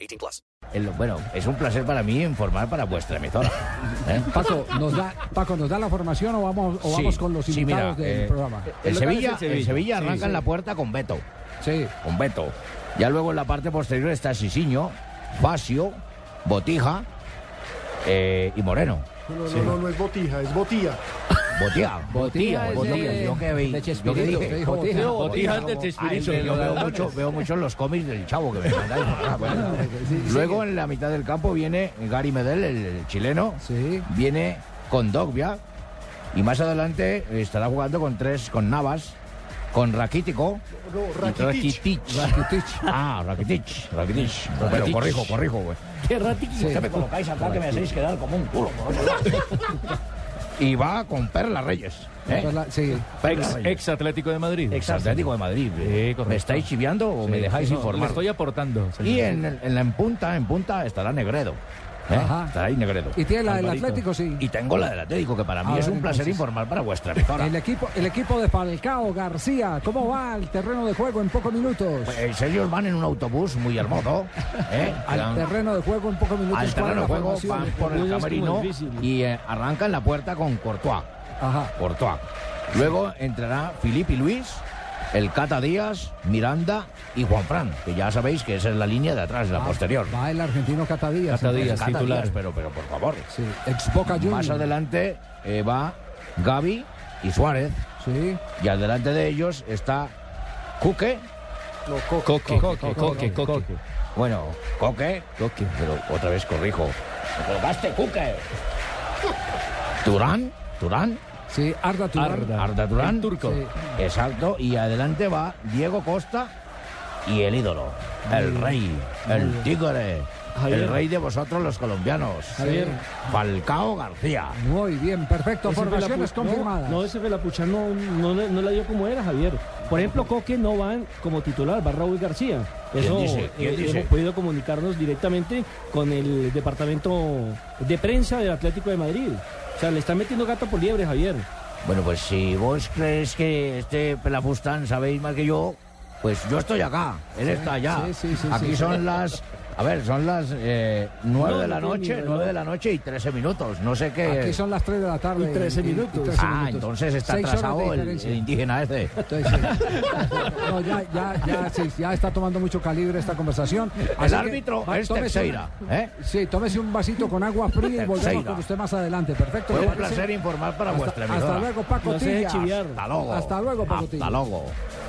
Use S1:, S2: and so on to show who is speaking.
S1: 18 plus.
S2: El- bueno, es un placer para mí informar para vuestra emisora. ¿Eh?
S3: Paco, ¿nos da, Paco, ¿nos da la formación o vamos, o
S2: Sí,
S3: vamos con los
S2: sí,
S3: invitados
S2: mira,
S3: del
S2: eh,
S3: programa?
S2: El
S4: local
S2: Sevilla,
S4: es el Sevilla.
S2: el Sevilla
S4: Sí,
S2: arranca
S4: sí.
S2: en la puerta con Beto.
S3: Sí,
S2: Con Beto. Ya luego en la parte posterior está Sisiño, Facio, Botija eh, y Moreno.
S5: No, no, no, no es botija, es botía.
S2: Botija.
S3: Botija es de-
S2: Yo que vi. Yo
S3: de
S2: que
S3: Chespirito,
S2: dije.
S3: que dijo Botija.
S4: Botija es de
S2: Ah,
S4: Chespirito.
S2: es que yo veo mucho, veo mucho los cómics del chavo que me mandáis. Ah, bueno. Luego en la mitad del campo viene Gary Medel, el, el chileno.
S3: Sí.
S2: Viene con Dogbia. Y más adelante estará jugando con tres, con Navas, con Raquítico.
S5: No,
S2: y
S5: Rakitic.
S2: Rakitic. Ah, Rakitic. Rakitic. Bueno, corrijo, corrijo, güey.
S3: sí.
S2: Que me colocáis acá que me hacéis quedar como un culo. por otro lado. y va con Perla Reyes. ¿eh?
S3: Pues la- sí.
S2: Perla Reyes.
S4: Ex Atlético de Madrid.
S2: Ex Atlético de Madrid.
S4: Sí, correcto.
S2: ¿Me estáis chiviando o me dejáis
S4: No, le
S2: informar?
S4: estoy aportando. señor.
S2: Y en, el- en la en punta, en punta estará Negredo. ¿eh?
S3: Ajá.
S2: Estará ahí Negredo.
S3: Y tiene la del
S4: Alvarito.
S3: Atlético, sí.
S2: Y tengo la del Atlético, que para mí
S3: A
S2: es
S3: ver,
S2: un placer
S3: entonces.
S2: informar para vuestra emisora.
S3: El equipo, el equipo de Falcao García, ¿cómo va el terreno de juego en pocos minutos?
S2: Pues ellos van en un autobús muy hermoso. ¿eh?
S3: Al
S2: Van
S3: terreno de juego en pocos minutos.
S2: al
S3: ¿cuál es
S2: terreno
S3: la
S2: de juego,
S3: formación?
S2: van por el
S4: Entonces es
S2: camerino
S4: como difícil.
S2: y eh, arranca en la puerta con Courtois.
S3: Ajá.
S2: Courtois. Luego entrará Filipe Luis, el Cata Díaz, Miranda y Juan Fran, que ya sabéis que esa es la línea de atrás, la posterior.
S3: Ah, Va el argentino Catadías.
S4: Cata Díaz.
S2: Cata
S4: titular.
S2: Díaz, pero, pero por favor.
S3: Sí, ex Boca
S2: Más
S3: Juniors.
S2: adelante eh, va Gaby y Suárez.
S3: Sí.
S2: Y adelante de ellos está Cuque.
S5: No, Coque.
S4: Coque,
S3: Coque,
S4: coque, coque,
S3: coque.
S4: coque.
S2: Bueno, Coque. Coque. Pero otra vez corrijo. ¡Me colocaste Cuque! Turán. Turán.
S3: Sí, Arda Turán.
S4: Arda.
S2: Arda Turán.
S4: El turco.
S3: Sí.
S2: Exacto. Y adelante va Diego Costa y el ídolo. El rey. El tigre.
S4: Javier.
S2: El rey de vosotros los colombianos.
S6: Eh,
S3: Javier.
S2: Falcao García.
S3: Muy bien, perfecto.
S6: Ese
S3: Formaciones
S6: Felapu-
S3: confirmadas.
S6: No, no, ese Felapuchá no, no, le- no la dio como era, Javier. Por ejemplo, Coque no va en- como titular, va Raúl García.
S2: ¿Quién
S6: Eso
S2: dice? ¿Quién
S6: eh,
S2: dice?
S6: hemos podido comunicarnos directamente con el departamento de prensa del Atlético de Madrid. O sea, le están metiendo gato por liebre, Javier.
S2: Bueno, pues si vos crees que este Pelafustán sabéis más que yo, pues yo estoy acá, él está allá.
S3: sí, sí, sí,
S2: Aquí
S3: sí.
S2: son las, a ver, son las eh, nueve
S6: No,
S2: de la
S6: no tiene
S2: noche,
S6: ni
S2: nueve
S6: reloj.
S2: de la noche y 13 minutos, no sé qué.
S3: Aquí son las 3 de la tarde.
S6: Y 13 minutos.
S2: ah, entonces está
S3: Seis horas de
S2: atrasado el,
S3: diferencia.
S2: el indígena ese.
S3: Entonces, sí. No, ya, ya, ya, sí, ya está tomando mucho calibre esta conversación. Así
S2: El
S3: que,
S2: árbitro
S3: va,
S2: es
S3: tómese
S2: Teixeira,
S3: una-
S2: ¿eh?
S3: Sí, tómese un vasito con agua fría y volvemos
S2: Teixeira.
S3: con usted más adelante. Perfecto.
S2: Fue
S3: ¿le
S2: un
S3: parece?
S2: placer informar para vuestra
S3: Hasta,
S2: emisora.
S3: hasta luego, Paco
S6: No se deje
S3: Tillas.
S6: chiviar.
S2: Hasta luego.
S3: Hasta luego, Paco Tillas.
S2: Hasta luego.